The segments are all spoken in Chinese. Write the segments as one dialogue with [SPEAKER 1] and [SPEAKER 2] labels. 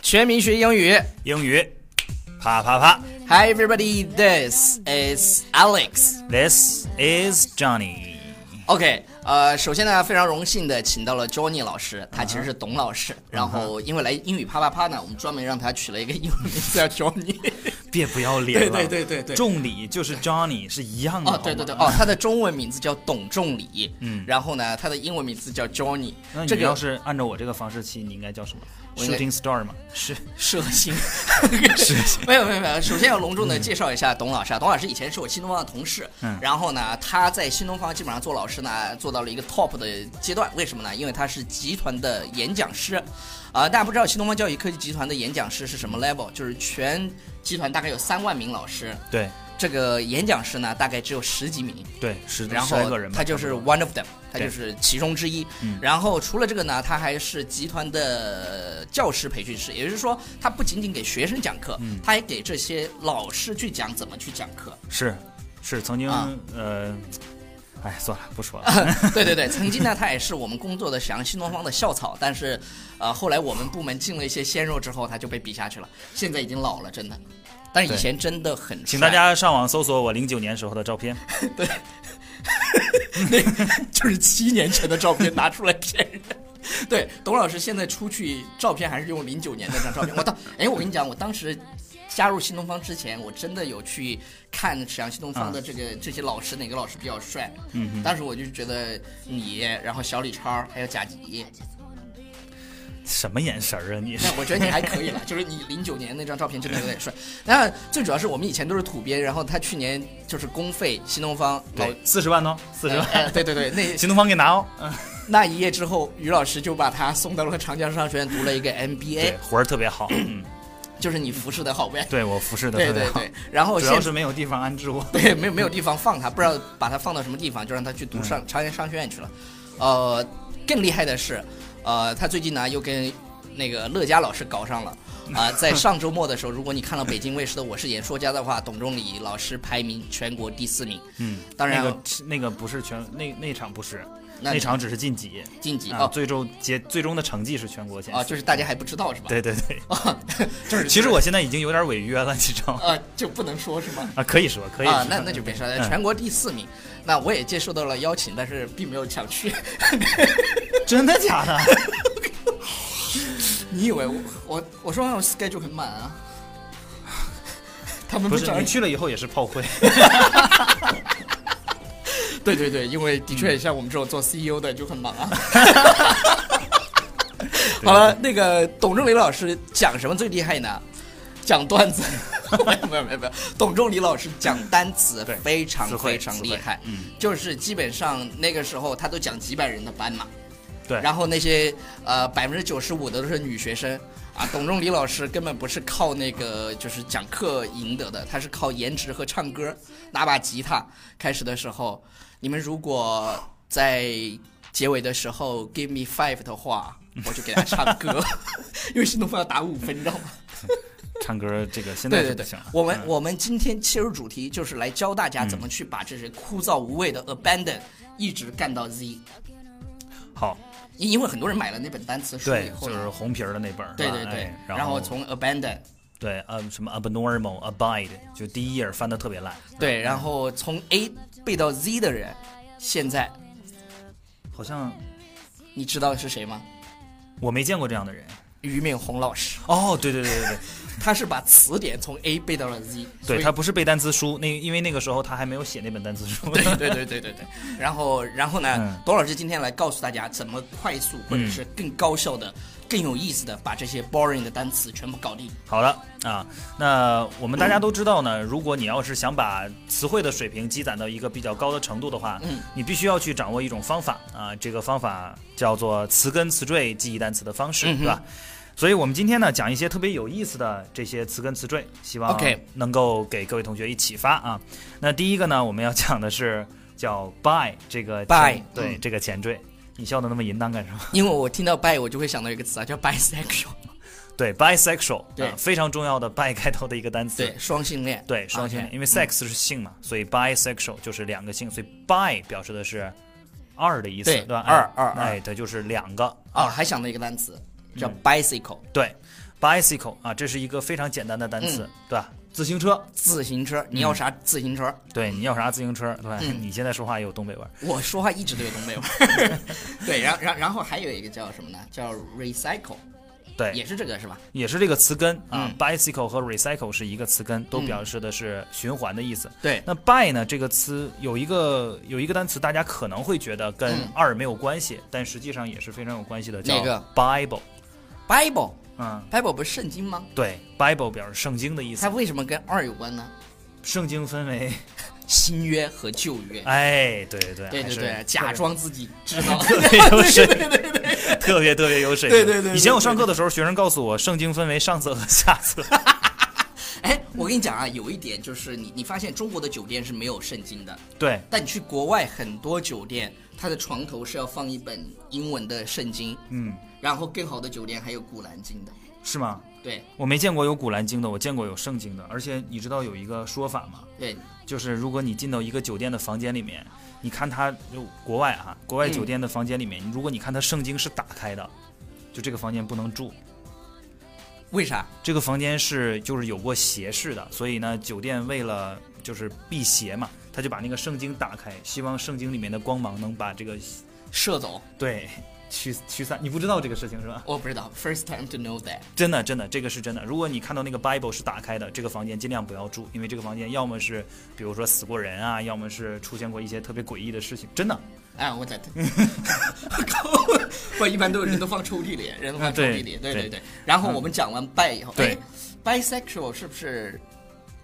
[SPEAKER 1] 全民学英语。
[SPEAKER 2] 英语，啪啪啪。
[SPEAKER 1] Hi everybody, this is Alex.
[SPEAKER 2] This is Johnny。
[SPEAKER 1] OK，呃，首先呢，非常荣幸的请到了 Johnny 老师，他其实是董老师。然后因为来英语啪啪啪呢，我们专门让他取了一个英文名字叫 Johnny。
[SPEAKER 2] 别不要脸了。
[SPEAKER 1] 对对对对对
[SPEAKER 2] 仲礼就是 Johnny 是一样的。
[SPEAKER 1] 哦，对对对，
[SPEAKER 2] 好吗
[SPEAKER 1] 哦，他的中文名字叫董仲礼，
[SPEAKER 2] 嗯
[SPEAKER 1] 然后呢，他的英文名字叫 Johnny。
[SPEAKER 2] 那
[SPEAKER 1] 这
[SPEAKER 2] 你
[SPEAKER 1] 个
[SPEAKER 2] 要是按照我这个方式起，你应该叫什么
[SPEAKER 1] 我应该
[SPEAKER 2] ？Shooting Star 嘛？是
[SPEAKER 1] 蛇形，蛇形， 没有没有没有。首先要隆重的介绍一下董老师啊，董老师以前是我新东方的同事，
[SPEAKER 2] 嗯
[SPEAKER 1] 然后呢，他在新东方基本上做老师呢，做到了一个 top 的阶段。为什么呢？因为他是集团的演讲师，啊、大家不知道新东方教育科技集团的演讲师是什么 level，就是全集团大概有三万名老师，
[SPEAKER 2] 对
[SPEAKER 1] 这个演讲师呢大概只有十几名，
[SPEAKER 2] 对，十
[SPEAKER 1] 然
[SPEAKER 2] 十来个
[SPEAKER 1] 后
[SPEAKER 2] 人吧。
[SPEAKER 1] 他就是
[SPEAKER 2] 差不多
[SPEAKER 1] one of them，他
[SPEAKER 2] 对
[SPEAKER 1] 就是其中之一
[SPEAKER 2] 嗯。
[SPEAKER 1] 然后除了这个呢，他还是集团的教师培训师，也就是说，他不仅仅给学生讲课，
[SPEAKER 2] 嗯
[SPEAKER 1] 他也给这些老师去讲怎么去讲课。
[SPEAKER 2] 是是曾经
[SPEAKER 1] 啊
[SPEAKER 2] 呃，哎，算了，不说 了。
[SPEAKER 1] 对对对，曾经呢，他也是我们工作的沈阳新东方的校草，但是，呃，后来我们部门进了一些鲜肉之后，他就被比下去了。现在已经老了，真的。但是以
[SPEAKER 2] 对
[SPEAKER 1] 前真的很帅，
[SPEAKER 2] 请大家上网搜索我零九年时候的照片。
[SPEAKER 1] 那个 就是七年前的照片拿出来骗人。对，董老师现在出去照片还是用零九年那张照片。我当，哎，我跟你讲，我当时加入新东方之前，我真的有去看沈阳新东方的这个、这些老师，哪个老师比较帅。嗯，当时我就觉得你，然后小李超，还有贾吉，
[SPEAKER 2] 什么眼神儿啊你？
[SPEAKER 1] 那我觉得你还可以了， 就是你零九年那张照片真的有点帅。那最主要是我们以前都是土鳖，然后他去年就是公费新东方老
[SPEAKER 2] 对，四十万哦，四十
[SPEAKER 1] 呃
[SPEAKER 2] 万，
[SPEAKER 1] 呃对对对，那
[SPEAKER 2] 新东方给拿哦。
[SPEAKER 1] 那一夜之后，于老师就把他送到了长江商学院读了一 个 MBA，
[SPEAKER 2] 对，活儿特别好。嗯，
[SPEAKER 1] 就是你服侍的好呗。
[SPEAKER 2] 对我服侍的
[SPEAKER 1] 对
[SPEAKER 2] 特别
[SPEAKER 1] 对
[SPEAKER 2] 好。
[SPEAKER 1] 对，然后
[SPEAKER 2] 主
[SPEAKER 1] 现
[SPEAKER 2] 要是没有地方安置我。
[SPEAKER 1] 对没有没有地方放他，不知道把他放到什么地方，就让他去
[SPEAKER 2] 嗯
[SPEAKER 1] 读上长江商学院去了。呃，更厉害的是，呃，他最近呢又跟那个乐嘉老师搞上了啊、在上周末的时候，如果你看了北京卫视的《我是演说家》的话，董仲礼老师排名全国第四名，
[SPEAKER 2] 嗯，
[SPEAKER 1] 当然哦
[SPEAKER 2] 那个那个不是全那那场不是，
[SPEAKER 1] 那
[SPEAKER 2] 那场只是晋级
[SPEAKER 1] 晋级
[SPEAKER 2] 啊，
[SPEAKER 1] 哦
[SPEAKER 2] 最终结最终的成绩是全国前
[SPEAKER 1] 啊，
[SPEAKER 2] 四。
[SPEAKER 1] 就是大家还不知道是吧？
[SPEAKER 2] 对对对，
[SPEAKER 1] 哦就是
[SPEAKER 2] 其实我现在已经有点违约了，你知道吗？
[SPEAKER 1] 呃就不能说是吗？
[SPEAKER 2] 啊，可以说可以
[SPEAKER 1] 啊
[SPEAKER 2] 说，
[SPEAKER 1] 那那就别说了，
[SPEAKER 2] 嗯
[SPEAKER 1] 全国第四名。那我也接受到了邀请，但是并没有想去。
[SPEAKER 2] 真的假的？
[SPEAKER 1] 你以为我我我说我 schedule 很满啊？ 他们
[SPEAKER 2] 不是
[SPEAKER 1] 找
[SPEAKER 2] 你去了以后也是炮灰，
[SPEAKER 1] 对对对，因为的
[SPEAKER 2] 嗯
[SPEAKER 1] 确像我们这种做 CEO 的就很忙 啊。 好了，那个董仲礼老师讲什么最厉害呢？讲段 子，没有没有没有没有，董仲礼老师讲单词
[SPEAKER 2] 对
[SPEAKER 1] 非常
[SPEAKER 2] 词汇
[SPEAKER 1] 非常
[SPEAKER 2] 词
[SPEAKER 1] 厉
[SPEAKER 2] 汇
[SPEAKER 1] 害，
[SPEAKER 2] 嗯，
[SPEAKER 1] 就是基本上那个时候他都讲几百人的班嘛，
[SPEAKER 2] 对
[SPEAKER 1] 然后那些呃百分之九十五的都是女学生啊，董仲礼老师根本不是靠那个就是讲课赢得的，他是靠颜值和唱歌，拿把吉他。开始的时候，你们如果在结尾的时候 give me five 的话，我就给他唱歌， 因为新东方要打五分，你 知道吗？
[SPEAKER 2] 唱歌这个现在
[SPEAKER 1] 对对
[SPEAKER 2] 是不
[SPEAKER 1] 对
[SPEAKER 2] 行了，。
[SPEAKER 1] 我们
[SPEAKER 2] 嗯
[SPEAKER 1] 我们今天切入主题，就是来教大家怎么去把这些枯燥无味
[SPEAKER 2] 嗯
[SPEAKER 1] 的 abandon 一直干到 Z。
[SPEAKER 2] 好，
[SPEAKER 1] 因因为很多人买了那本单词书以
[SPEAKER 2] 对，
[SPEAKER 1] 后
[SPEAKER 2] 就是
[SPEAKER 1] 呢，
[SPEAKER 2] 红皮儿的那本儿，
[SPEAKER 1] 对
[SPEAKER 2] 是吧
[SPEAKER 1] 对对
[SPEAKER 2] 哎，
[SPEAKER 1] 然
[SPEAKER 2] 然
[SPEAKER 1] 后从 abandon，
[SPEAKER 2] 对呃什么 abnormal abide，就第一页翻的特别烂，
[SPEAKER 1] 对，然后从 A 背到 Z 的人，现在
[SPEAKER 2] 好像
[SPEAKER 1] 你知道是谁吗？
[SPEAKER 2] 我没见过这样的人。
[SPEAKER 1] 俞敏洪老师，
[SPEAKER 2] 哦，对对对对对，
[SPEAKER 1] 他是把词典从 A 背到了 Z，所
[SPEAKER 2] 对
[SPEAKER 1] 以
[SPEAKER 2] 他不是背单词书，那因为那个时候他还没有写那本单词书。
[SPEAKER 1] 对对对对对对，然后然后呢
[SPEAKER 2] 嗯，
[SPEAKER 1] 董老师今天来告诉大家怎么快速或者是更高效的、更有意思的把这些 boring 的单词全部搞定。
[SPEAKER 2] 好了啊，那我们大家都知道呢，如果你要是想把词汇的水平积攒到一个比较高的程度的话，
[SPEAKER 1] 嗯，
[SPEAKER 2] 你必须要去掌握一种方法啊，这个方法叫做词根词缀记忆单词的方式，
[SPEAKER 1] 嗯哼
[SPEAKER 2] 对吧？所以我们今天呢讲一些特别有意思的这些词根词缀，希望
[SPEAKER 1] OK
[SPEAKER 2] 能够给各位同学一启发啊。那第一个呢，我们要讲的是叫 by 这个
[SPEAKER 1] by，
[SPEAKER 2] 前对、
[SPEAKER 1] 嗯
[SPEAKER 2] 这个前缀，你笑的那么淫荡干什么？
[SPEAKER 1] 因为我听到 bi 我就会想到一个词啊，叫 bisexual，
[SPEAKER 2] 对，bisexual，
[SPEAKER 1] 对
[SPEAKER 2] 啊非常重要的 bi 开头的一个单词，
[SPEAKER 1] 对，双性恋，啊
[SPEAKER 2] 对，双性恋
[SPEAKER 1] OK，
[SPEAKER 2] 因为 sex 是性嘛，所以 bisexual 就是两个性，所以 bi 表示的是二的意思，
[SPEAKER 1] 对
[SPEAKER 2] 对吧？
[SPEAKER 1] 二
[SPEAKER 2] 哎
[SPEAKER 1] 二二哦
[SPEAKER 2] 哎，对，就是两个，嗯
[SPEAKER 1] 啊，还想到一个单词叫 bicycle，
[SPEAKER 2] 对 bicycle 啊，这是一个非常简单的单词，对吧？自行车，
[SPEAKER 1] 嗯自行车，你
[SPEAKER 2] 嗯
[SPEAKER 1] 要啥自行车？
[SPEAKER 2] 对，你要啥自行车？对吧，
[SPEAKER 1] 嗯
[SPEAKER 2] 你现在说话也有东北味儿。
[SPEAKER 1] 我说话一直都有东北味儿。 对，然然然后还有一个叫什么呢？叫 recycle，也
[SPEAKER 2] 对，
[SPEAKER 1] 是这个是吧？
[SPEAKER 2] 也是这个词根啊、
[SPEAKER 1] 嗯
[SPEAKER 2] b i c y c l e 和 recycle 是一个词根，都表示的是循环的意思。
[SPEAKER 1] 对，
[SPEAKER 2] 那 by 呢这个词有一个有一个单词，大家可能会觉得跟
[SPEAKER 1] 嗯
[SPEAKER 2] 二没有关系，但实际上也是非常有关系的，叫
[SPEAKER 1] 哪个
[SPEAKER 2] Bible。
[SPEAKER 1] Bible，Bible
[SPEAKER 2] 嗯，
[SPEAKER 1] 不是圣经吗？
[SPEAKER 2] 对，Bible 表示圣经的意
[SPEAKER 1] 它
[SPEAKER 2] 思。
[SPEAKER 1] 为什么跟二有关呢？
[SPEAKER 2] 圣经分为，
[SPEAKER 1] 新约和旧约。
[SPEAKER 2] 哎，对对对，
[SPEAKER 1] 对
[SPEAKER 2] 还
[SPEAKER 1] 对
[SPEAKER 2] 是
[SPEAKER 1] 对，假装自己知道。
[SPEAKER 2] 别 有水
[SPEAKER 1] 对 对对对对，
[SPEAKER 2] 特别特别有水平。
[SPEAKER 1] 对对对对对
[SPEAKER 2] 以前我上课的时候，学生告诉我，圣经分为上册和下 册。
[SPEAKER 1] 哎，我跟你讲啊，有一点就是你你发现中国的酒店是没有圣经的，
[SPEAKER 2] 对，
[SPEAKER 1] 但你去国外很多酒店，它的床头是要放一本英文的圣经，
[SPEAKER 2] 嗯，
[SPEAKER 1] 然后更好的酒店还有古兰经的。
[SPEAKER 2] 是吗？
[SPEAKER 1] 对
[SPEAKER 2] 我没见过有《古兰经》的，我见过有圣经的。而且你知道有一个说法吗？
[SPEAKER 1] 对，
[SPEAKER 2] 就是如果你进到一个酒店的房间里面，你看它就国外啊，国外
[SPEAKER 1] 嗯
[SPEAKER 2] 酒店的房间里面，如果你看它圣经是打开的，就这个房间不能住。
[SPEAKER 1] 为啥？
[SPEAKER 2] 这个房间是就是有过斜视的，所以呢，酒店为了就是避邪嘛，他就把那个圣经打开，希望圣经里面的光芒能把这个
[SPEAKER 1] 射走？
[SPEAKER 2] 对驱驱散。你不知道这个事情是吧？
[SPEAKER 1] 我不知道，first time to know that。
[SPEAKER 2] 真的，真的，这个是真的。如果你看到那个 Bible 是打开的，这个房间尽量不要住，因为这个房间要么是比如说死过人啊，要么是出现过一些特别诡异的事情。真的，
[SPEAKER 1] 哎， 我在，我靠，我一般都人都放抽屉里，人都放抽屉里，
[SPEAKER 2] 啊
[SPEAKER 1] 对
[SPEAKER 2] 对
[SPEAKER 1] 对
[SPEAKER 2] 对
[SPEAKER 1] 对。然后我们讲完 bi 以后，
[SPEAKER 2] 对
[SPEAKER 1] 哎，bisexual 是不是？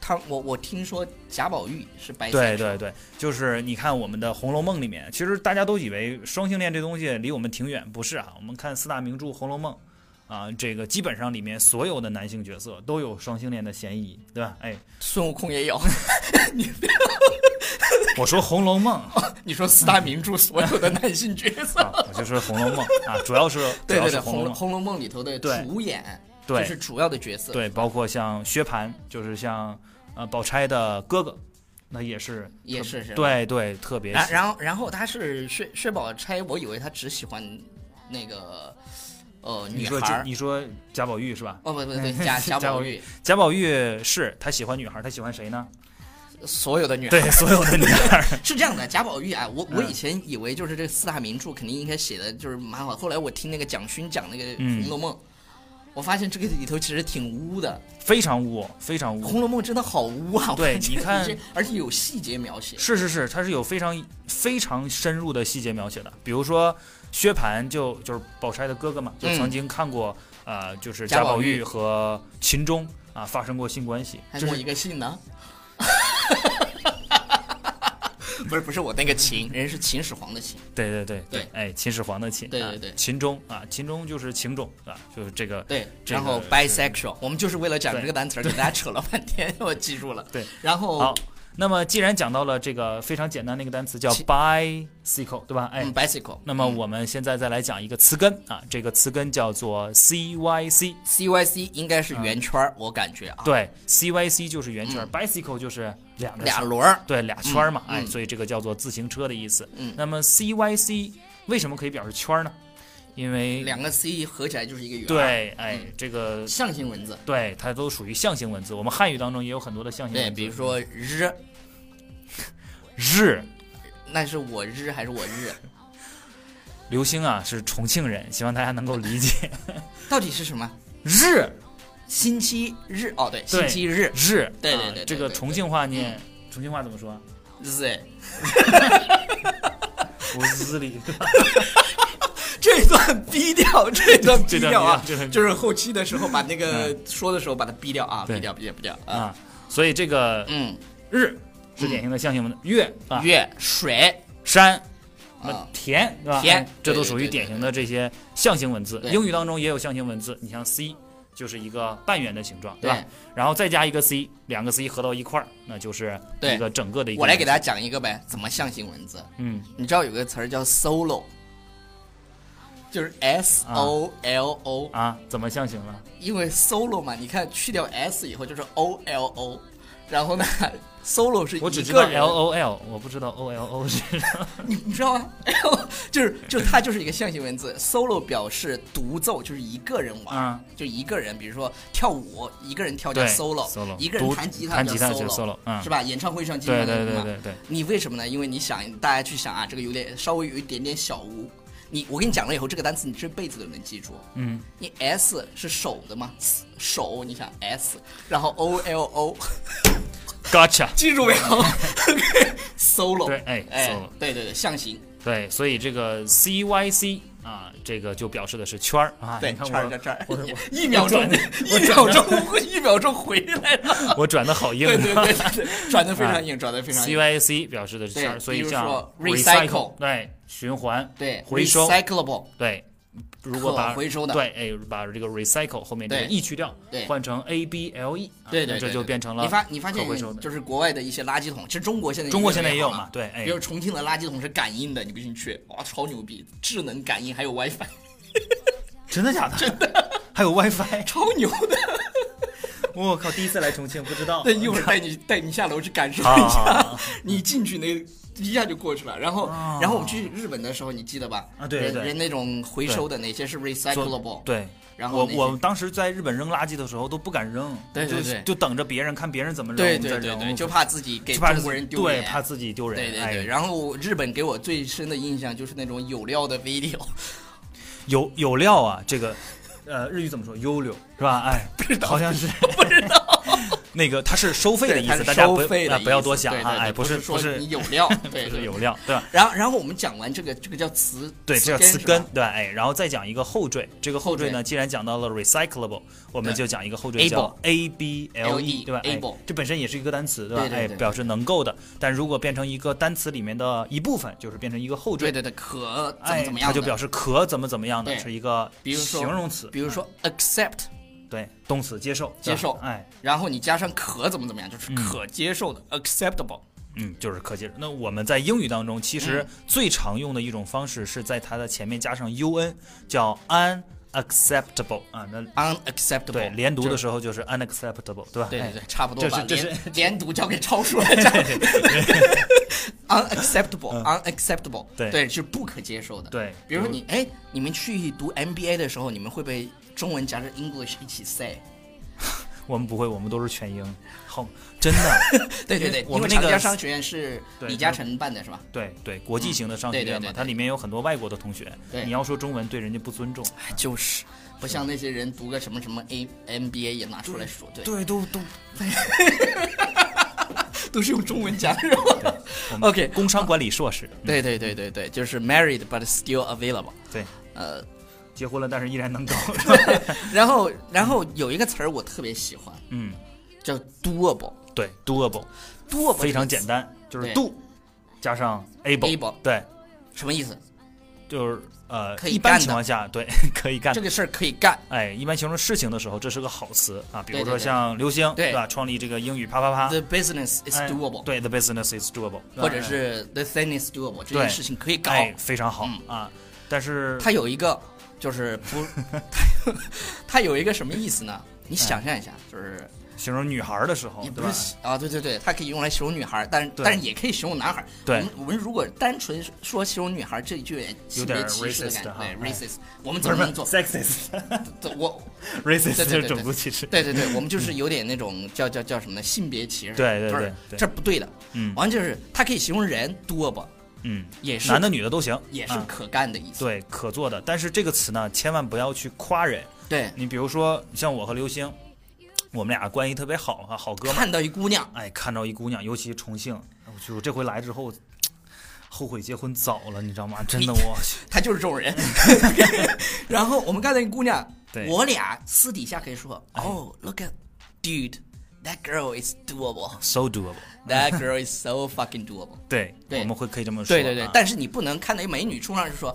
[SPEAKER 1] 他我我听说贾宝玉是 bisexual，
[SPEAKER 2] 对对对，就是你看我们的《红楼梦》里面，其实大家都以为双性恋这东西离我们挺远，不是啊？我们看四大名著《红楼梦》。啊，这个基本上里面所有的男性角色都有双性恋的嫌疑，对吧？哎，
[SPEAKER 1] 孙悟空也有。
[SPEAKER 2] 我说《红楼梦》
[SPEAKER 1] 你说四大名著所有的男性角 色，
[SPEAKER 2] 啊，我就说《红楼梦》啊，主要是主
[SPEAKER 1] 对
[SPEAKER 2] 要
[SPEAKER 1] 对
[SPEAKER 2] 是
[SPEAKER 1] 对，
[SPEAKER 2] 《
[SPEAKER 1] 《红
[SPEAKER 2] 红楼梦》
[SPEAKER 1] 红楼梦》里头的
[SPEAKER 2] 对
[SPEAKER 1] 主演，
[SPEAKER 2] 对
[SPEAKER 1] 就是主要的角色，
[SPEAKER 2] 对，包括像薛蟠，就是像呃宝钗的哥哥，那也是
[SPEAKER 1] 也
[SPEAKER 2] 特
[SPEAKER 1] 是是吧。哎
[SPEAKER 2] 对对，特别
[SPEAKER 1] 然
[SPEAKER 2] 喜
[SPEAKER 1] 然后然后他是薛薛宝钗，我以为他只喜欢那个呃
[SPEAKER 2] 你
[SPEAKER 1] 女
[SPEAKER 2] 说
[SPEAKER 1] 孩
[SPEAKER 2] 这
[SPEAKER 1] 儿，
[SPEAKER 2] 你说贾宝玉是吧？
[SPEAKER 1] 哦不不 对，贾贾
[SPEAKER 2] 贾
[SPEAKER 1] 宝
[SPEAKER 2] 宝
[SPEAKER 1] 玉，
[SPEAKER 2] 贾宝玉是他喜欢女孩，他喜欢谁呢？
[SPEAKER 1] 所有的 女孩
[SPEAKER 2] 对，所有的女孩。
[SPEAKER 1] 是这样的，贾宝玉啊，我我
[SPEAKER 2] 嗯
[SPEAKER 1] 以前以为就是这四大名著肯定应该写的就是蛮好，后来我听那个蒋勋讲那个《
[SPEAKER 2] 嗯
[SPEAKER 1] 红楼梦》，我发现这个里头其实挺污的，
[SPEAKER 2] 非常污，非常
[SPEAKER 1] 《
[SPEAKER 2] 污。
[SPEAKER 1] 红楼梦》真的好污啊！我
[SPEAKER 2] 嗯对
[SPEAKER 1] 感觉
[SPEAKER 2] 你看
[SPEAKER 1] 这，而且有细节描写，
[SPEAKER 2] 是是是，它是有非常非常深入的细节描写的，比如说薛蟠就就是宝钗的哥哥嘛，就
[SPEAKER 1] 嗯
[SPEAKER 2] 曾经看过，呃，就是
[SPEAKER 1] 贾
[SPEAKER 2] 贾
[SPEAKER 1] 宝
[SPEAKER 2] 宝
[SPEAKER 1] 玉
[SPEAKER 2] 玉和秦钟啊发生过性关系，
[SPEAKER 1] 还
[SPEAKER 2] 这
[SPEAKER 1] 有
[SPEAKER 2] 是
[SPEAKER 1] 一个信 呢。不是不是我那个秦，人家是秦始皇的秦，
[SPEAKER 2] 对对对
[SPEAKER 1] 对
[SPEAKER 2] 哎，秦始皇的秦，
[SPEAKER 1] 对对
[SPEAKER 2] 啊
[SPEAKER 1] 对
[SPEAKER 2] 秦钟啊，秦钟就是秦种啊，就是这个，
[SPEAKER 1] 对。
[SPEAKER 2] 这
[SPEAKER 1] 然后
[SPEAKER 2] 个
[SPEAKER 1] bisexual，我们就是为了讲
[SPEAKER 2] 对
[SPEAKER 1] 这个单词儿，给大家扯了半天， 我记住了。
[SPEAKER 2] 对，
[SPEAKER 1] 然后
[SPEAKER 2] 好。那么既然讲到了这个非常简单的一个单词叫
[SPEAKER 1] 其
[SPEAKER 2] bicycle，对吧？哎，
[SPEAKER 1] 嗯，bicycle，
[SPEAKER 2] 那么我们现在再来讲一个词根啊，这个词根叫做 cyc，
[SPEAKER 1] CYC 应该是
[SPEAKER 2] 嗯
[SPEAKER 1] 圆圈儿，我感觉啊，嗯
[SPEAKER 2] 对，cyc 就是圆圈、b i c y c l e 就是两个
[SPEAKER 1] 俩
[SPEAKER 2] 圈
[SPEAKER 1] 轮儿，
[SPEAKER 2] 对，俩圈嘛，
[SPEAKER 1] 嗯
[SPEAKER 2] 哎，
[SPEAKER 1] 嗯
[SPEAKER 2] 所以这个叫做自行车的意思。
[SPEAKER 1] 嗯
[SPEAKER 2] 那么 cyc 为什么可以表示圈呢？因为
[SPEAKER 1] 两个 C 合起来就是一个圆，，
[SPEAKER 2] 对，哎
[SPEAKER 1] 嗯，
[SPEAKER 2] 这个
[SPEAKER 1] 象形文字，
[SPEAKER 2] 对，它都属于象形文字。我们汉语当中也有很多的象形文
[SPEAKER 1] 对，
[SPEAKER 2] 字，
[SPEAKER 1] 比如说日，
[SPEAKER 2] 日。
[SPEAKER 1] 那是我日还是我日？
[SPEAKER 2] 刘星啊是重庆人，希望大家能够理解。
[SPEAKER 1] 到底是什么？
[SPEAKER 2] 日
[SPEAKER 1] 星期日哦，对，星
[SPEAKER 2] 对
[SPEAKER 1] 期日
[SPEAKER 2] 日，
[SPEAKER 1] 对对
[SPEAKER 2] 啊
[SPEAKER 1] 对对
[SPEAKER 2] 这个
[SPEAKER 1] 对嗯
[SPEAKER 2] 重庆话念，重庆话怎么说？啊
[SPEAKER 1] 日，
[SPEAKER 2] 我日里
[SPEAKER 1] 这段逼掉，这段逼
[SPEAKER 2] 这段
[SPEAKER 1] 掉啊，
[SPEAKER 2] 这段嗯
[SPEAKER 1] 就是后期的时候把那个说的时候把它逼掉啊，
[SPEAKER 2] 对
[SPEAKER 1] 逼掉，逼掉，逼掉啊，
[SPEAKER 2] 啊，所以这个
[SPEAKER 1] 嗯，
[SPEAKER 2] 日是典型的象形文字，月啊
[SPEAKER 1] 月水
[SPEAKER 2] 山。什么
[SPEAKER 1] 啊，
[SPEAKER 2] 田是吧？
[SPEAKER 1] 田
[SPEAKER 2] 哎这都
[SPEAKER 1] 对对
[SPEAKER 2] 属于
[SPEAKER 1] 对
[SPEAKER 2] 典
[SPEAKER 1] 对
[SPEAKER 2] 型的这些象形文字。
[SPEAKER 1] 对
[SPEAKER 2] 英语当中也有象形文字，你像 c 就是一个半圆的形状，对吧
[SPEAKER 1] 对？
[SPEAKER 2] 然后再加一个 c，两个 c 合到一块儿，那就是
[SPEAKER 1] 对
[SPEAKER 2] 一个整个的一个。
[SPEAKER 1] 我来给大家讲一个呗，怎么象形文字？
[SPEAKER 2] 嗯，
[SPEAKER 1] 你知道有个词儿叫 solo，就是 S O L O，
[SPEAKER 2] 啊，怎么象形了？
[SPEAKER 1] 因为 solo 嘛，你看去掉 S 以后就是 O L O，然后呢 solo 是
[SPEAKER 2] 我只
[SPEAKER 1] 一
[SPEAKER 2] 知道
[SPEAKER 1] 个人
[SPEAKER 2] L，O L，我不知道 O L O 是
[SPEAKER 1] 你你知道吗？ 就是就是它就是一个象形文字，solo 表示独奏，就是一个人玩，
[SPEAKER 2] 啊，
[SPEAKER 1] 就一个人，比如说跳舞，一个人跳叫
[SPEAKER 2] 对
[SPEAKER 1] solo，
[SPEAKER 2] solo，
[SPEAKER 1] 一个人
[SPEAKER 2] 独
[SPEAKER 1] 弹吉他
[SPEAKER 2] 弹
[SPEAKER 1] 叫
[SPEAKER 2] 吉他
[SPEAKER 1] solo
[SPEAKER 2] 嗯
[SPEAKER 1] 是，吧？演唱会上经常
[SPEAKER 2] 对
[SPEAKER 1] 能
[SPEAKER 2] 对
[SPEAKER 1] 听
[SPEAKER 2] 对
[SPEAKER 1] 到。
[SPEAKER 2] 对对，
[SPEAKER 1] 你为什么呢？因为你想，大家去想啊，这个有点稍微有一点点小污。你我跟你讲了以后，这个单词你这辈子都能记住。
[SPEAKER 2] 嗯，
[SPEAKER 1] 你 S 是手的嘛？手，你想 S，然后 O L O，
[SPEAKER 2] Gotcha。
[SPEAKER 1] 记住没有？Solo，
[SPEAKER 2] 对哎
[SPEAKER 1] 哎
[SPEAKER 2] solo
[SPEAKER 1] 对对对，象形，
[SPEAKER 2] 对，所以这个 C Y C 啊，这个就表示的是圈儿啊。
[SPEAKER 1] 对，
[SPEAKER 2] 你
[SPEAKER 1] 这
[SPEAKER 2] 看
[SPEAKER 1] 儿
[SPEAKER 2] 我
[SPEAKER 1] 在这儿
[SPEAKER 2] 我，
[SPEAKER 1] 一秒钟
[SPEAKER 2] 转，
[SPEAKER 1] 一秒钟，一秒钟回来 了。
[SPEAKER 2] 我转的好硬啊
[SPEAKER 1] 对对对对对，转的非常硬，转的非常硬
[SPEAKER 2] C。Y C 表示的是圈
[SPEAKER 1] 对
[SPEAKER 2] 儿，所以
[SPEAKER 1] 比如
[SPEAKER 2] 像
[SPEAKER 1] 说 recycle
[SPEAKER 2] 对，循环，
[SPEAKER 1] 对，
[SPEAKER 2] 回收啊
[SPEAKER 1] recyclable，
[SPEAKER 2] 对。如果
[SPEAKER 1] 可
[SPEAKER 2] 把
[SPEAKER 1] 回收的
[SPEAKER 2] 对，哎，把这个 recycle 后面这个
[SPEAKER 1] 对
[SPEAKER 2] e 去掉
[SPEAKER 1] 对，
[SPEAKER 2] 换成 a b l e，啊
[SPEAKER 1] 对
[SPEAKER 2] 那
[SPEAKER 1] 对，
[SPEAKER 2] 这
[SPEAKER 1] 对
[SPEAKER 2] 就
[SPEAKER 1] 对
[SPEAKER 2] 变成了
[SPEAKER 1] 你发你发现
[SPEAKER 2] 可回收的
[SPEAKER 1] 就是国外的一些垃圾桶，其实中国现在
[SPEAKER 2] 中国现在
[SPEAKER 1] 也
[SPEAKER 2] 也
[SPEAKER 1] 有
[SPEAKER 2] 有嘛，对，哎
[SPEAKER 1] 比，如重庆的垃圾桶是感应的，你不信去，哇，超牛逼，智能感应还有 WiFi，
[SPEAKER 2] 真的假的？真的， 还有 WiFi，
[SPEAKER 1] 超牛 的。
[SPEAKER 2] 我靠，第一次来重庆不知道
[SPEAKER 1] 那一会儿带你带你下楼去感受
[SPEAKER 2] 好
[SPEAKER 1] 一
[SPEAKER 2] 好好
[SPEAKER 1] 下， 你进去那一下就过去了。然后
[SPEAKER 2] 啊
[SPEAKER 1] 然后我们去日本的时候，你记得吧？
[SPEAKER 2] 啊对对
[SPEAKER 1] 人
[SPEAKER 2] 对
[SPEAKER 1] 人那种回收的那些是
[SPEAKER 2] 做
[SPEAKER 1] recyclable，
[SPEAKER 2] 对，
[SPEAKER 1] 然
[SPEAKER 2] 我
[SPEAKER 1] 后那些
[SPEAKER 2] 我当时在日本扔垃圾的时候都不敢扔，
[SPEAKER 1] 对对
[SPEAKER 2] 就
[SPEAKER 1] 对
[SPEAKER 2] 就等着别人看别人怎么扔，
[SPEAKER 1] 对
[SPEAKER 2] 我们再
[SPEAKER 1] 对对
[SPEAKER 2] 扔，
[SPEAKER 1] 对，
[SPEAKER 2] 我
[SPEAKER 1] 就怕自己给
[SPEAKER 2] 就怕
[SPEAKER 1] 中国人丢
[SPEAKER 2] 对，
[SPEAKER 1] 脸。
[SPEAKER 2] 怕自己丢人，
[SPEAKER 1] 对对
[SPEAKER 2] 哎
[SPEAKER 1] 对，然后日本给我最深的印象就是那种有料的 video，
[SPEAKER 2] 有有料啊，这个，呃，日语怎么说？优溜是吧？哎，好像是 不知道。那个它是收费的
[SPEAKER 1] 对，
[SPEAKER 2] 意
[SPEAKER 1] 它
[SPEAKER 2] 思，
[SPEAKER 1] 是
[SPEAKER 2] 大家
[SPEAKER 1] 收
[SPEAKER 2] 不
[SPEAKER 1] 费的
[SPEAKER 2] 啊
[SPEAKER 1] 意思
[SPEAKER 2] 不要多想
[SPEAKER 1] 对
[SPEAKER 2] 啊，
[SPEAKER 1] 对
[SPEAKER 2] 哎，
[SPEAKER 1] 对不
[SPEAKER 2] 是不
[SPEAKER 1] 说
[SPEAKER 2] 是
[SPEAKER 1] 你有料，对
[SPEAKER 2] 不是
[SPEAKER 1] 对。
[SPEAKER 2] 有料，对吧？
[SPEAKER 1] 然后，然后我们讲完这个，这个叫词，
[SPEAKER 2] 对，这叫词
[SPEAKER 1] 是
[SPEAKER 2] 根
[SPEAKER 1] 吧，
[SPEAKER 2] 对，哎，然后再讲一个后缀，这个后
[SPEAKER 1] 后
[SPEAKER 2] 缀
[SPEAKER 1] 缀
[SPEAKER 2] 呢，既然讲到了 recyclable，我们
[SPEAKER 1] 对
[SPEAKER 2] 就讲一个后缀叫 a b l e，
[SPEAKER 1] LE
[SPEAKER 2] 对吧？哎
[SPEAKER 1] able，
[SPEAKER 2] 这本身也是一个单词，对吧
[SPEAKER 1] 对？对
[SPEAKER 2] 哎，
[SPEAKER 1] 对
[SPEAKER 2] 表示能够的，但如果变成一个单词里面的一部分，就是变成一个后
[SPEAKER 1] 对
[SPEAKER 2] 缀，
[SPEAKER 1] 对对，可怎么
[SPEAKER 2] 哎
[SPEAKER 1] 怎么，样
[SPEAKER 2] 它
[SPEAKER 1] 的，
[SPEAKER 2] 就表示可怎么怎么样的，
[SPEAKER 1] 对
[SPEAKER 2] 是一个
[SPEAKER 1] 比如说
[SPEAKER 2] 形容词，
[SPEAKER 1] 比如说
[SPEAKER 2] 嗯
[SPEAKER 1] accept，
[SPEAKER 2] 对，动词接受，
[SPEAKER 1] 接受
[SPEAKER 2] 对吧哎，
[SPEAKER 1] 然后你加上可怎么怎么样，就是可接受的 acceptable，
[SPEAKER 2] 嗯，就是可接受。那我们在英语当中，其实
[SPEAKER 1] 嗯
[SPEAKER 2] 最常用的一种方式是在它的前面加上 un，叫 unacceptable 啊，那
[SPEAKER 1] unacceptable，
[SPEAKER 2] 对，连读
[SPEAKER 1] 就
[SPEAKER 2] 的
[SPEAKER 1] 是
[SPEAKER 2] 时候就是 unacceptable，对吧？
[SPEAKER 1] 对对
[SPEAKER 2] 哎
[SPEAKER 1] 对，差不多吧，
[SPEAKER 2] 这是 这
[SPEAKER 1] 连连读交给超叔来讲 ，unacceptable，unacceptable，
[SPEAKER 2] 嗯对
[SPEAKER 1] 对，是不可接受的，
[SPEAKER 2] 对
[SPEAKER 1] 比如说你，哎，你们去读 MBA 的时候，你们会不会中文夹着 English 一起 say？
[SPEAKER 2] 我们不会，我们都是全英，好，真的，
[SPEAKER 1] 对对
[SPEAKER 2] 因为
[SPEAKER 1] 对，
[SPEAKER 2] 我
[SPEAKER 1] 因
[SPEAKER 2] 们
[SPEAKER 1] 为
[SPEAKER 2] 那
[SPEAKER 1] 长
[SPEAKER 2] 个
[SPEAKER 1] 江商学院是
[SPEAKER 2] 对
[SPEAKER 1] 李嘉诚办的是吧？
[SPEAKER 2] 对对，国际型的商学
[SPEAKER 1] 对对
[SPEAKER 2] 院
[SPEAKER 1] 对
[SPEAKER 2] 嘛
[SPEAKER 1] 对，
[SPEAKER 2] 它里面有很多外国的同学，
[SPEAKER 1] 对
[SPEAKER 2] 你要说中文对人家不尊重，
[SPEAKER 1] 哎就是，不像那些人读个什么什么 A M B A 也拿出来说，对，
[SPEAKER 2] 对，都都
[SPEAKER 1] 都是用中文讲是吧？
[SPEAKER 2] 我们
[SPEAKER 1] OK
[SPEAKER 2] 工商管理 硕士，
[SPEAKER 1] 对对对对对，就是 married but still available。
[SPEAKER 2] 对，
[SPEAKER 1] 呃，
[SPEAKER 2] 结婚了但是依然能 搞，
[SPEAKER 1] 然后然后有一个词儿我特别喜欢，
[SPEAKER 2] 嗯，
[SPEAKER 1] 叫 doable。
[SPEAKER 2] 对，doable，
[SPEAKER 1] doable
[SPEAKER 2] 非常简单，就是
[SPEAKER 1] 对
[SPEAKER 2] do 加上 able，
[SPEAKER 1] able
[SPEAKER 2] 对，
[SPEAKER 1] 什么意思？
[SPEAKER 2] 就是呃，
[SPEAKER 1] 可以
[SPEAKER 2] 一般
[SPEAKER 1] 干
[SPEAKER 2] 情
[SPEAKER 1] 的
[SPEAKER 2] 况下，对， 可以干
[SPEAKER 1] 这。个事儿可以干。
[SPEAKER 2] 哎，一般形容事情的时候，这是个好词啊，比如
[SPEAKER 1] 对对对
[SPEAKER 2] 说像刘星，
[SPEAKER 1] 对
[SPEAKER 2] 吧？创立这个英语啪啪啪，
[SPEAKER 1] The business is
[SPEAKER 2] 哎
[SPEAKER 1] doable，
[SPEAKER 2] 对，the business is doable，
[SPEAKER 1] 或者是 the thing is doable，这
[SPEAKER 2] 对
[SPEAKER 1] 件事情可以搞。
[SPEAKER 2] 哎，非常好、
[SPEAKER 1] 嗯
[SPEAKER 2] 啊。但是
[SPEAKER 1] 它有一个就是 不，它有一个什么意思呢？你想象一下，就是
[SPEAKER 2] 形容女孩儿的时候，
[SPEAKER 1] 也
[SPEAKER 2] 哎哦
[SPEAKER 1] 不
[SPEAKER 2] 对吧？
[SPEAKER 1] 是啊，对对对，它可以用来形容女孩，但是
[SPEAKER 2] 对
[SPEAKER 1] 但是也可以形容男孩。
[SPEAKER 2] 对
[SPEAKER 1] 我们我们如果单纯说形容女孩，这就有点性别歧视的感
[SPEAKER 2] 有点 racist
[SPEAKER 1] 觉，
[SPEAKER 2] 哈哎
[SPEAKER 1] 对 racist。我们怎么能 做？
[SPEAKER 2] sexist，racist
[SPEAKER 1] 对我
[SPEAKER 2] 就是
[SPEAKER 1] 对对对
[SPEAKER 2] 种族歧视。
[SPEAKER 1] 对对对，我们就是有点那种叫叫叫什么呢？性别歧视。
[SPEAKER 2] 嗯对对
[SPEAKER 1] 就是
[SPEAKER 2] 对对
[SPEAKER 1] 这不对的。
[SPEAKER 2] 嗯
[SPEAKER 1] 完就是它可以形容人多不，
[SPEAKER 2] 嗯，
[SPEAKER 1] 也是
[SPEAKER 2] 男的女的都行，
[SPEAKER 1] 也是
[SPEAKER 2] 啊
[SPEAKER 1] 可干的意思。
[SPEAKER 2] 对可做的。但是这个词呢，千万不要去夸人。
[SPEAKER 1] 对，
[SPEAKER 2] 你比如说，像我和刘星，我们俩关系特别好啊，好哥们儿。
[SPEAKER 1] 看到一姑娘，
[SPEAKER 2] 哎，看到一姑娘，尤其重庆，我去，我这回来之后，后悔结婚早了，你知道吗？真的，我 去
[SPEAKER 1] 她就是这种人。然后我们看到一姑娘
[SPEAKER 2] 对，哎
[SPEAKER 1] 我俩私底下可以说，哦，look at dude。That girl is doable.
[SPEAKER 2] so doable。
[SPEAKER 1] That girl is so fucking doable.
[SPEAKER 2] 对，
[SPEAKER 1] 对
[SPEAKER 2] 我们会可以这么说。
[SPEAKER 1] 对对对
[SPEAKER 2] 啊，
[SPEAKER 1] 但是你不能看到一美女冲上去说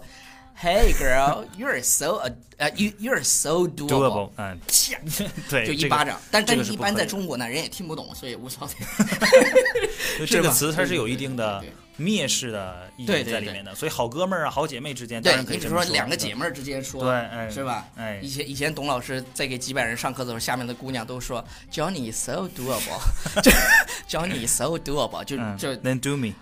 [SPEAKER 1] Hey girl, you're so a 呃、you you're so doable，
[SPEAKER 2] doable，嗯，
[SPEAKER 1] 啪
[SPEAKER 2] 对，
[SPEAKER 1] 就一
[SPEAKER 2] 这个
[SPEAKER 1] 巴掌。但
[SPEAKER 2] 这
[SPEAKER 1] 但
[SPEAKER 2] 个
[SPEAKER 1] 是
[SPEAKER 2] 是
[SPEAKER 1] 一
[SPEAKER 2] 不
[SPEAKER 1] 般
[SPEAKER 2] 可
[SPEAKER 1] 在
[SPEAKER 2] 以
[SPEAKER 1] 中国呢，人也听不懂，所以无所 谓。
[SPEAKER 2] 就是这个
[SPEAKER 1] 吧
[SPEAKER 2] 词它是有一定的
[SPEAKER 1] 对对
[SPEAKER 2] 蔑视的意义
[SPEAKER 1] 对对
[SPEAKER 2] 在里面的，所以好哥们儿啊、好姐妹之间当
[SPEAKER 1] 对
[SPEAKER 2] 然，可以
[SPEAKER 1] 你比
[SPEAKER 2] 这
[SPEAKER 1] 如
[SPEAKER 2] 么
[SPEAKER 1] 说
[SPEAKER 2] 说嗯
[SPEAKER 1] 两个姐妹儿之间说，
[SPEAKER 2] 对，哎，
[SPEAKER 1] 是吧？
[SPEAKER 2] 哎
[SPEAKER 1] 以，前以前董老师在给几百人上课的时候，下面的姑娘都说 Johnny is so doable，就 Johnny is so doable，就
[SPEAKER 2] 嗯
[SPEAKER 1] 就
[SPEAKER 2] ，Then do me，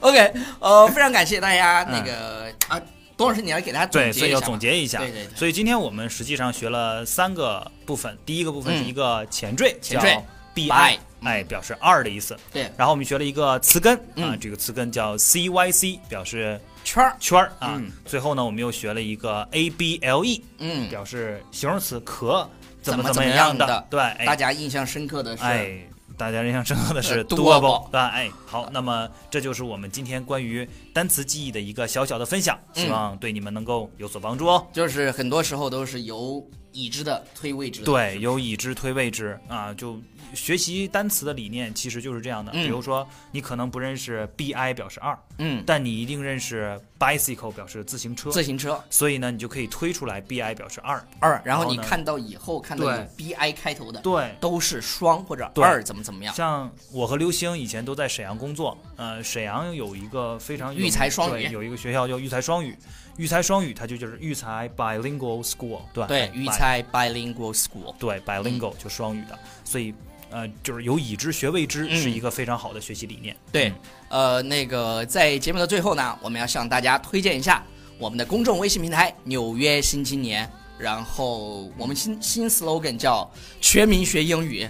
[SPEAKER 1] OK，呃，非常感谢大家那个啊，董老师你来给大家总
[SPEAKER 2] 嗯对，所
[SPEAKER 1] 结
[SPEAKER 2] 以
[SPEAKER 1] 一
[SPEAKER 2] 要
[SPEAKER 1] 下吧。
[SPEAKER 2] 总结一下。
[SPEAKER 1] 对对对
[SPEAKER 2] 所以今天我们实际上学了三个部分，第一个部分是
[SPEAKER 1] 嗯
[SPEAKER 2] 一个前缀，
[SPEAKER 1] 前缀
[SPEAKER 2] 叫 bi，
[SPEAKER 1] by，嗯
[SPEAKER 2] 哎，表示二的意思。
[SPEAKER 1] 对
[SPEAKER 2] 然后我们学了一个词根啊，
[SPEAKER 1] 嗯
[SPEAKER 2] 这个词根叫 cyc，表示
[SPEAKER 1] 圈儿，
[SPEAKER 2] 圈儿啊
[SPEAKER 1] 嗯。
[SPEAKER 2] 最后呢，我们又学了一个 able，
[SPEAKER 1] 嗯，
[SPEAKER 2] E，表示形容词可怎么
[SPEAKER 1] 怎么
[SPEAKER 2] 么
[SPEAKER 1] 怎么
[SPEAKER 2] 样
[SPEAKER 1] 样的
[SPEAKER 2] 的，对，哎
[SPEAKER 1] 大家印象深刻的是，
[SPEAKER 2] 哎，大家印象深刻的是
[SPEAKER 1] 呃
[SPEAKER 2] doable，
[SPEAKER 1] doable
[SPEAKER 2] 对吧？哎，好，那么这就是我们今天关于单词记忆的一个小小的分享，希
[SPEAKER 1] 嗯
[SPEAKER 2] 望对你们能够有所帮助哦。
[SPEAKER 1] 就是很多时候都是由已知的推未知的。
[SPEAKER 2] 对，由已知推未知啊，就学习单词的理念其实就是这样的。
[SPEAKER 1] 嗯
[SPEAKER 2] 比如说，你可能不认识 bi 表示二，
[SPEAKER 1] 嗯，
[SPEAKER 2] 但你一定认识 bicycle 表示自行车，
[SPEAKER 1] 自行车
[SPEAKER 2] 所以呢，你就可以推出来 bi 表示二。
[SPEAKER 1] 二，然后
[SPEAKER 2] 然后
[SPEAKER 1] 你
[SPEAKER 2] 呢
[SPEAKER 1] 看到以后看到有
[SPEAKER 2] 对
[SPEAKER 1] B I 开头的，
[SPEAKER 2] 对，
[SPEAKER 1] 都是双或者
[SPEAKER 2] 对
[SPEAKER 1] 二怎么怎么样。
[SPEAKER 2] 像我和刘星以前都在沈阳工作，呃，沈阳有一个非常有名
[SPEAKER 1] 育才双语
[SPEAKER 2] 对有一个学校叫育才双语，育才双语它就就是育才 bilingual school，对吧
[SPEAKER 1] 对
[SPEAKER 2] 哎，
[SPEAKER 1] 育
[SPEAKER 2] bi-
[SPEAKER 1] 才嗯 bilingual school。
[SPEAKER 2] 对 bilingual 就双语的，所以呃，就是有已知学未知
[SPEAKER 1] 嗯
[SPEAKER 2] 是一个非常好的学习理念。
[SPEAKER 1] 对
[SPEAKER 2] 嗯，
[SPEAKER 1] 呃，那个在节目的最后呢，我们要向大家推荐一下我们的公众微信平台《纽约新青年》，然后我们新新 slogan 叫“全民学英语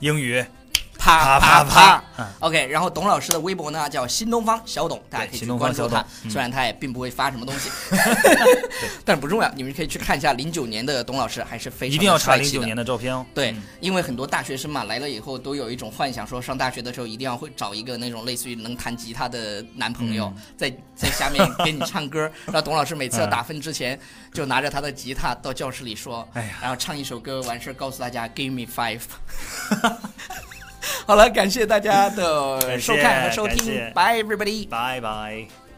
[SPEAKER 2] 英语”，
[SPEAKER 1] 啪
[SPEAKER 2] 啪
[SPEAKER 1] 啪
[SPEAKER 2] 啪
[SPEAKER 1] 啪。，
[SPEAKER 2] 嗯，
[SPEAKER 1] OK，然后董老师的微博呢叫新东方小董，大家可以
[SPEAKER 2] 新
[SPEAKER 1] 去
[SPEAKER 2] 东
[SPEAKER 1] 关
[SPEAKER 2] 方
[SPEAKER 1] 注
[SPEAKER 2] 小
[SPEAKER 1] 他
[SPEAKER 2] 董。嗯
[SPEAKER 1] 虽然他也并不会发什么 东西， 但是不重要，你们可以去看一下零九年的董老师，还是非常
[SPEAKER 2] 一定要
[SPEAKER 1] 的
[SPEAKER 2] 查
[SPEAKER 1] 帅
[SPEAKER 2] 零
[SPEAKER 1] 气
[SPEAKER 2] 九
[SPEAKER 1] 的
[SPEAKER 2] 年的照片哦。
[SPEAKER 1] 对
[SPEAKER 2] 嗯，
[SPEAKER 1] 因为很多大学生嘛，来了以后都有一种幻想，说上大学的时候一定要会找一个那种类似于能弹吉他的男朋友，
[SPEAKER 2] 嗯
[SPEAKER 1] 在 在下面给你唱歌。 然后董老师每次要打分之前，就拿着他的吉他到教室里说，
[SPEAKER 2] 哎呀
[SPEAKER 1] 然后唱一首歌，完事儿告诉大家 “Give me five”。好了，感谢大家的
[SPEAKER 2] 感谢
[SPEAKER 1] 收看和收
[SPEAKER 2] 感
[SPEAKER 1] 听
[SPEAKER 2] 谢
[SPEAKER 1] ，Bye everybody。
[SPEAKER 2] 拜拜。